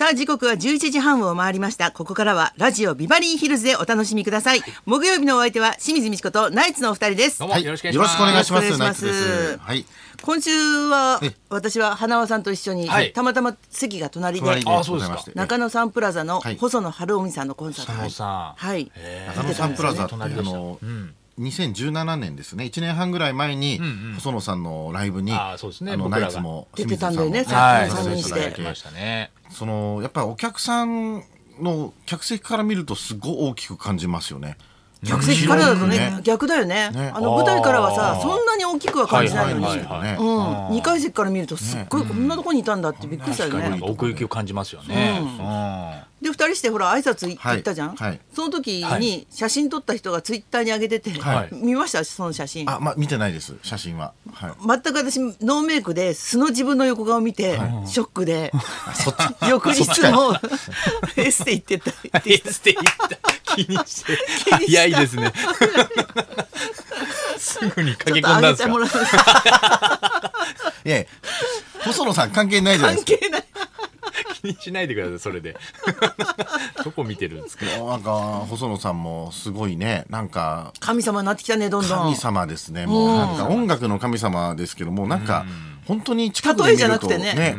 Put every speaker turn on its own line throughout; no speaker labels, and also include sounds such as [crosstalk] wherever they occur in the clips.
あ時刻は11時半を回りましたここからはラジオビバリーヒルズでお楽しみください木曜日のお相手は清水美智子とナイツのお二人です
どうも
はい、
よ
よ
ろ
ろ
しく
しく
お
お
願いします
願いします。
よろしくお
ナ
願いし
イ
ま
ツですす。はい、
今週は
え
私は花輪さんと一緒に、
はい
たまたま席が隣で
隣で
あ
ご
そうで
ざ
す
い
か
まして。
中野サンプラザの
はい
細野晴臣さんのコンサート
佐野さん
はい
へ
中野サンプラザって
隣
いう
でした
の
うん
2017年ですね1年半ぐらい前に細野さんのライブに
あーそうですね
あの
僕らが
ナイツも
出てたんだよね
清水
はい
さん
そう
も出
で
てい
す
た
ねいた
だい
だき
て
ましたね
そのやっぱりお客さんの客席から見るとすごい大きく感じますよね
客席からだとね
広く
逆だよね
ね
あの舞台からはさ
あー
そんなに大きくは感じないのに、
はいはいはいはい
うん、2階席から見るとすっごいこんなとこにいたんだってびっくりしたよ
確かになん
ね
か奥行きを感じますよねうん
で2人してほら挨拶い
はい
行ったじゃん、
はい
その時
は
に
い
写真撮った人がツイッターに上げてて、
はい
見ましたその写真
あまあ見てないです写真ははい
全く私ノーメイクで素の自分の横顔を見て、ショックで
そっち
[laughs] 翌日も [laughs] エステ行ってた行って
エ
き
ステ行った気にして早いですねすぐに
た
駆
ち
け
ょっ
込
と上
んだん
げ
です
て
か
もらう
いやいや細野さん関係ないじゃない
関
ですか
係ない
気にしないでくださいそれ
[laughs]
でどこ見てるんですか
なんか細野さんもすごいねなんか
神様になってきたねどんどん
神様ですねもうなんか音楽の神様ですけどもなんか本当に近くで
例え
見
じゃ
る
な
と
くてね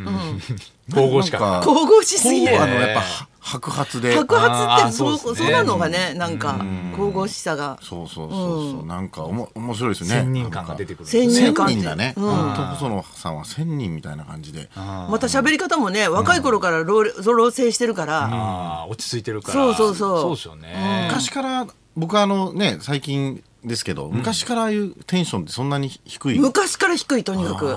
神々しかった
なん
神々しすぎる
こうあのやっぱは白髪で
白髪
あ
っ
ー
てそう
そ
そうう,、
ですね
なのがねなんか神々しさが
そうそうそうそうなんかおも面白いですね
先人感が出てくるんです
先
ね
入
千
観って
人だね、
うん
本当細野さんは千人みたいな感じで
また喋り方もね若い頃から老老成してるから、
あー落ち着いてるから
そうそうそう
そうですよね
昔から僕はあのね最近ですけど昔からああいうテンションってそんなに低い、
昔から低いとにかく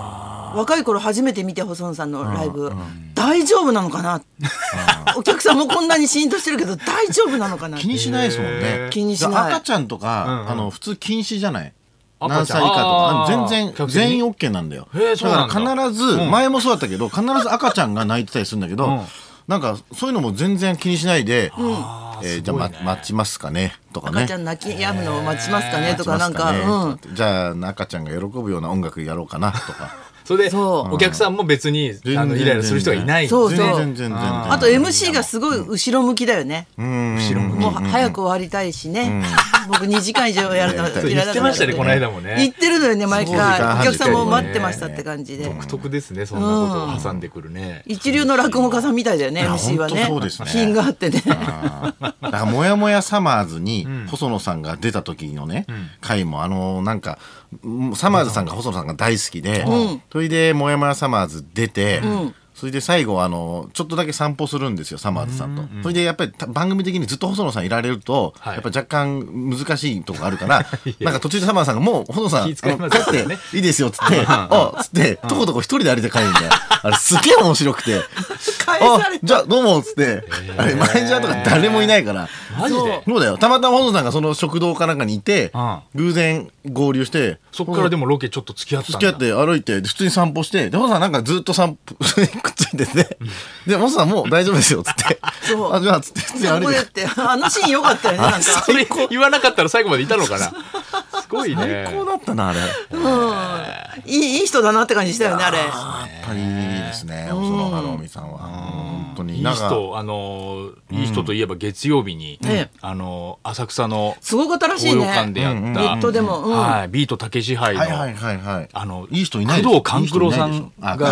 若い頃初めて見て細野さんのライブ、大丈夫なのかな、お客さんもこんなにシーンとしてるけど大丈夫なのかな
気にしないですもん
へ
ね
ー
気にしない
赤ちゃんとか、あの普通禁止じゃない何
赤ちゃん
歳以下とか
あー
全然
客席に
全員 OK なんだよ
へーそうなんだ
から必ず、前もそうだったけど必ず赤ちゃんが泣いてたりするんだけど、
ん
なんかそういうのも全然気にしないで、えーじゃあ、ま
すごいね
待ちますかねとかね
赤ちゃん泣き止むのを待ちますかねとかなんか、
待ち
う
ま
ん
すかねじゃあ赤ちゃんが喜ぶような音楽やろうかなと
[laughs]
か
それで
そう
お客さんも別にあのイライラする人がいない
そう
全然全然全然
あと MC がすごい後ろ向きだよね、
うん
後ろ向き
もう早く終わりたいしね、僕2時間以上やるのは
そう
嫌
言
だ
ってましたねこの間も
言っ
ね
てるのよね毎
そう時間
回お
半
客さんも
時間
待ってましたって感じで
独特ですねそんなことを挟んでくるね
一流の落語家さんみたいだよね
いや
MC はね
本当そうですね
品があってね
あーだから「もやもやサマーズ」に細野さんが出た時のね、回もあのーなんかもうサマーズさんが細野さんが大好きで、それで「もやもやサマーズ」出て、それで最後あのーちょっとだけ散歩するんですよサマーズさんと、それでやっぱりた番組的にずっと細野さんいられると、
はい
やっぱ若干難しいとこがあるから
[laughs]
なんか途中でサマーズさんが「もう細野さん
気遣い
あの
ますよね
帰っていいですよ」っつって「あっ」つってとことこ一人で歩いて帰るんだよあれすげえ面白くて。
返
あ
され
じゃあどうもっつって、あれマネージャーとか誰もいないから
マジで
そうそうだよたまたま細野さんがその食堂かなんかにいて、
うん
偶然合流して
そっからでもロケちょっと付き合ったんだ
付き合って歩いてで普通に散歩してで細野さんなんかずっと散歩 [laughs] くっついててで細野さんもう大丈夫ですよっつって
そう
あじゃあっつって普通に
そこ
歩い
でっててあのシーン良かったよねなんか
それ言わなかったら最後までいたのか
[laughs]
なすごいね
最高だったなあれやっ
いいいい人だなって感じしたよねあれ
ぱりいいですね細野晴臣さんは本当に
いい
なんか
人あのいい人といえば月曜日に、
ええ
あの浅草の
すごかったらしい
高揚館
ね
でやった、
うんうんうん
ネットでもうん
はい、ビートたけし杯の、
はいはいはいはい
あの
いい人いないでしょ
工藤官九郎さん
いい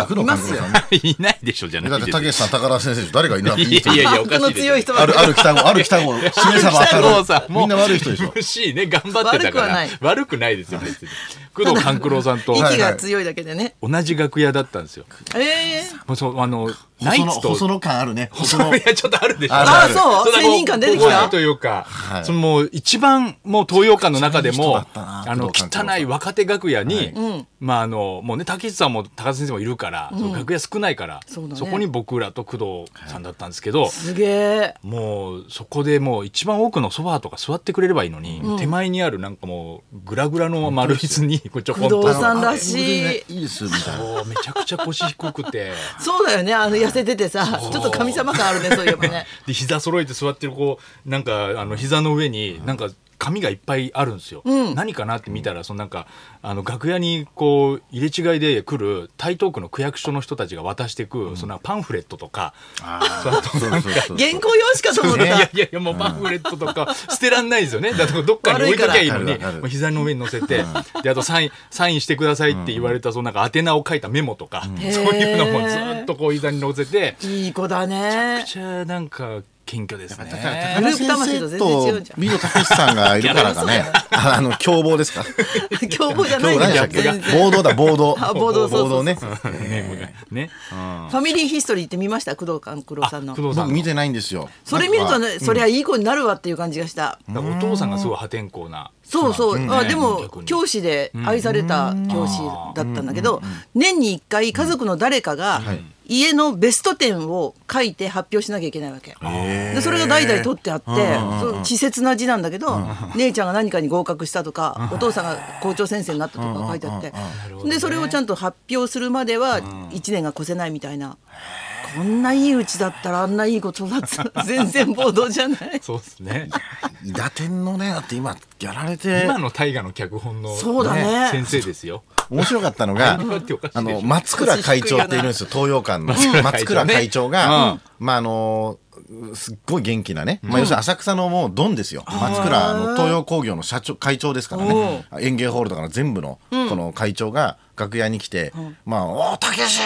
人いないでし
が
ょあ工藤官九郎さんね
[laughs] いないでしょじゃ
だ
な
っ
い
て
で
たけしさん高田先生でしょ誰がいない
いやいやいやおかし
悪の
いです
強い人
あ
は
る、ある北郷、ある北郷、指名様当た
北
る
郷さんも
[laughs] みんな悪い人でしょ。
MC ね頑張っ
悪
てた
くは
か
な
ら
い
悪くないですよ別に工藤官九郎さんと
息が強いだけでね
同じ楽屋だったんですよ
ええ
もうそうあのナ
細
イ
野、
ツと
細野感あるね。細野
[laughs] い。やちょっとあるでしょ
ある
あそう
だ
仙人感出てき
こ
た
ここというか、
い
そのもう一番もう東洋館の中でも
めちゃめちゃいい人だったな
あの
工藤官九郎さ
汚
ん
い若手楽屋に、まああのもうね竹内さんも高田先生もいるから、その楽屋少ないから
そうだね
こに僕らと工藤さんだったんですけど、
すげえ
もうそこでもう一番奥のソファーとか座ってくれればいいのに、手前にあるなんかもうグラグラの丸椅子にこうちょこんと
工藤さんら
あ全然
しい
いいですみたいな。
もうめちゃくちゃ腰低くて。
そうだよねあの痩せててさちょっと
[laughs]
神様感あるねそういえばね
で膝揃えて座ってる子なんかあの膝の上になんか紙がいっぱいあるんですよ、
うん
何かなって見たらそのなんかあの楽屋にこう入れ違いで来る台東区の区役所の人たちが渡してく、そのパンフレットとか、
あーそうそうそう
原稿用紙かと思っ
いや
た
いやいやもうパンフレットとか捨てらんないですよねだからどっかに置いときゃいいの
悪
に
いから
もう膝の上に乗せてであとサインサインしてくださいって言われたそのなんか宛名を書いたメモとか、そういうのもずっとこう膝に乗せて
いい子だ
め
ね
ちゃくちゃなんか謙虚ですね
だか
グ
ら高
ル
田
ープ魂
先
と全
生
然違う
と
じゃん
美濃武さんがいるからかねあの凶暴ですか
[laughs] 凶暴じゃな
凶
い
暴
ん
何
だ
でし
よ
たっけ
全然
暴動だ暴動
あ暴動そうそうそう
ね
ネームがね
ファミリーヒストリーって見ました工藤官九郎さんの
工藤さ
僕
んの
見てないんですよ
それ見ると
なんか
ねそりゃいい子になるわっていう感じがした
だからお父さんがすごい破天荒な
そうそう、
人なん
あ
すね
でも
逆に
教師で愛された教師だったんだけど、年に1回家族の誰かが
はい
家のベスト10を書いて発表しなきゃいけないわけ。
へー
でそれが代々取ってあって、そう稚拙な字なんだけど、姉ちゃんが何かに合格したとか、お父さんが校長先生になったとか書いてあって、でそれをちゃんと発表するまでは1年が越せないみたいな。こんないいうちだったらあんないい子育つ [laughs] 全然暴動じゃない
そうですね
伊達天のねだって今やられて
今の大河の脚本の、
そうだね
先生ですよ
面白かったのが
だ [laughs] っておかしいでしょ
あの松倉会長っているんですよ東洋館の
倉会長ね
松倉会長がまああのすっごい元気なね、まあ、要するに浅草のもうドンですよ、松倉の東洋工業の社長会長ですからね園芸ホールとかの全部のこの会長が楽屋に来て「まあ、おおたけし!」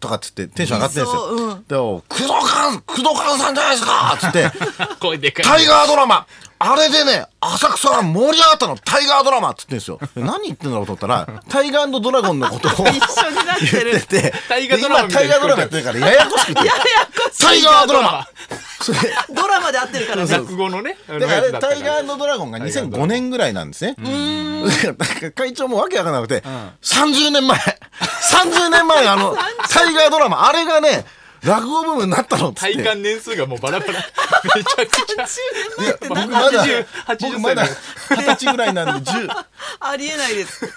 とかっつってテンション上がってるんですよ。
いそう
でお工藤官工藤官さんじゃないですか!」っつって
声でかい
タイガードラマあれでね、浅草が盛り上がったの、タイガードラマって言ってんですよ。何言ってんだろうと思ったら、タイガードラゴンのことを言っ
一緒になってる
てて、
タイガードラマ
で今タイガードラマやってるからややこしくて、タ
[laughs]
イガードラマそれ
ドラマで合ってるからね
落語のね
だからあれタイガ
の
ードラゴンが2005年ぐらいなんですね。だから会長もわけわかんなくて、30年前、30年前のあの、タイガードラマ、あれがね、落語ブームになったのっつっ
体
て。
感年数がもうバラバラめちゃくちゃ
いや僕まだ
80 80
僕まだ
歳
二十歳ぐらいなんで10
ありえないです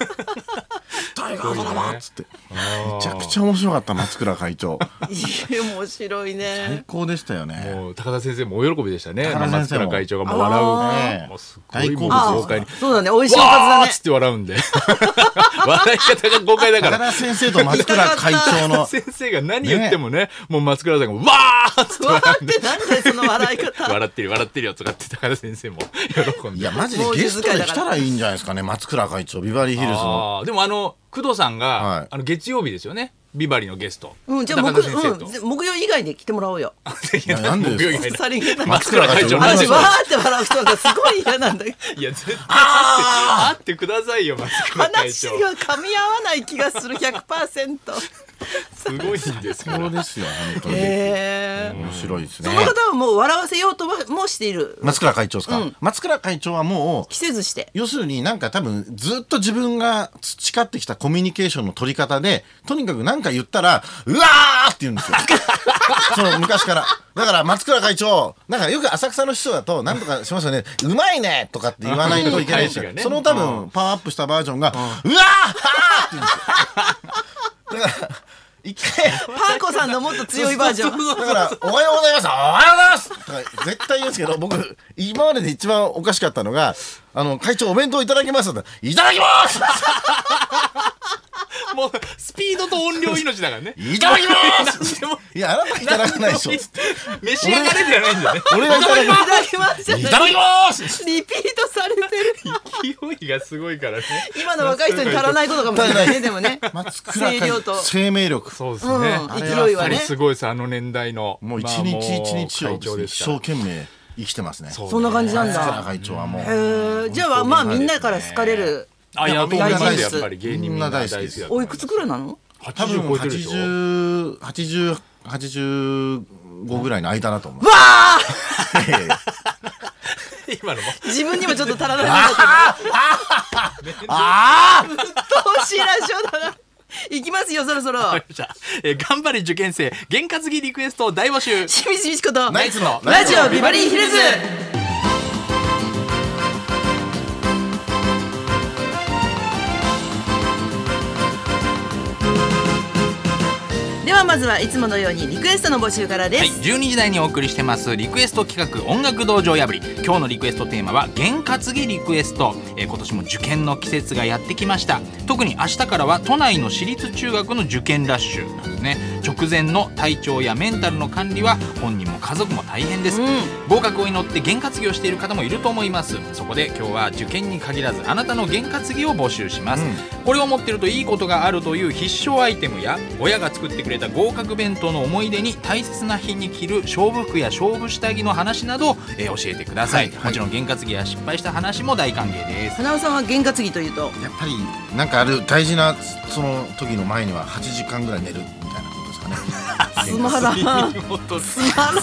大河ドラマっつってめちゃくちゃ面白かった松倉会長
いや面白いね
最高でしたよね
もう高田先生もお喜びでしたね
高田先生も
松倉会長がもう
あ
笑う
ー
もうすごいもう
大好物
豪快に
そうだね美味しいおかず
わ
だ
ーっ
ね
つって笑うんで笑い方が豪快だか
高
ら
田先生と松倉会長の
先生が何言ってもねもう松倉さんがわーっつって
笑
笑
っ
うんで
てなんだよその笑い方
笑ってる笑ってるよとかって高田先生も喜ん
い
で
やマジでゲストで来たらいいんじゃないですかね松倉会長ビバリーヒルズの
あーでもあの工藤さんが、
はい
あの月曜日ですよねビバリのゲスト、
うんじゃあ木,、
高田先生
う
と
ん、ぜ木曜以外で来てもらおうよ
いや
なんでですか
木曜以外
[laughs] さりげない
松倉会長の
私
話
わーって笑う人がすごい嫌なんだけど
いや絶対あって会ってくださいよ松倉会
話
長
が噛み合わない気がする100%
すごいんですか
そう
ら
ですよ本当に
へー
面白いですね
その方はもう笑わせようとはもうしている
松倉会長ですか松倉会長はもう
着せずして
要するになんか多分ずっと自分が培ってきたコミュニケーションの取り方で、とにかく何か言ったら、うわーって言うんですよ。その昔から。だから松倉会長、なんかよく浅草の人だと何とかしますよね。うまいねとかって言わないといけないんです
返
よ
しが。ね
その多分パワーアップしたバージョンが、うわーはーって言うんですよ。だから、一回、
パンコさんのもっと強いバージョン
だから、おはようございますおはようございますとか絶対言うんですけど、僕、今までで一番おかしかったのが、あの、会長お弁当いただきますっていただきます
もうスピードと音量命だからね
いただきま
何
す
でも
いや、あなたいただかないでしょ。
召し上がれじゃないん
[laughs]
だね
俺がいただき
い
ま
ただきます
すいただきます
リピートされてる
勢いがすごいからね
今の若い人に足らないことかもしれ
[laughs]
ないねでもね
松倉
声
会
量と
生命力。
そうですね、
うん
あれ
勢いはね
やっぱりすごいですあの年代の
もう一
まあ
日
もう
一日を
会長
ですね
ですから
一生懸命生きてますね。
そう
そんな感じなん
松倉
だ
会長はもう。
えーじゃあまあみんなから好かれる
あいやと思いますよやっぱり芸人
み
み
ん
ん
な
な
大
大好
好
きで
きで
すす
おいくつくらいなの
多分
80超えてるでしょ
80、80、85ぐらいの間だと
[laughs]
思う。
わあ
いやいや
今の [laughs] も
自分にもちょっと足らないなと
ああ
思ってしいラジオだな行きますよそろそろ
わかりましたえー頑張れ受験生験担ぎリクエストを大募集
清水美智子と
ナイツの
ラジオビバリーヒルズではあまずはいつものようにリクエストの募集からです、
はい、12時台にお送りしてますリクエスト企画音楽道場破り今日のリクエストテーマは験担ぎリクエスト、えー今年も受験の季節がやってきました特に明日からは都内の私立中学の受験ラッシュなんですね直前の体調やメンタルの管理は本人も家族も大変です、合格を祈って験担ぎをしている方もいると思いますそこで今日は受験に限らずあなたの験担ぎを募集します、これを持ってるといいことがあるという必勝アイテムや親が作ってくれた合格弁当の思い出に大切な日に着る勝負服や勝負下着の話など、えー教えてください、
はいはい
もちろん験担ぎや失敗した話も大歓迎
[laughs]
です [laughs]
花尾さんは験担ぎというと
やっぱりなんかある大事なその時の前には8時間ぐらい寝るみたいなことですかね
つまらんつまらん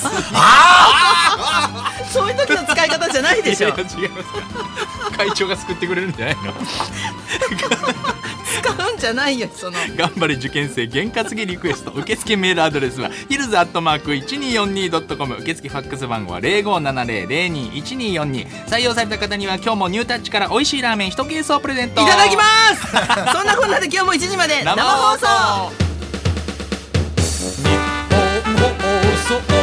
そういう時の使い方じゃないでしょ
いやいや違いますか会長が救ってくれるんじゃないの
[laughs] 使うんじゃないよその
頑張れ受験生験担ぎリクエスト受付メールアドレスはヒルズアットマーク 1242.com 受付ファックス番号は0570021242採用された方には今日もニュータッチから美味しいラーメン1ケースをプレゼント
いただきますそんなこんなで今日も1時まで生放送
日本放送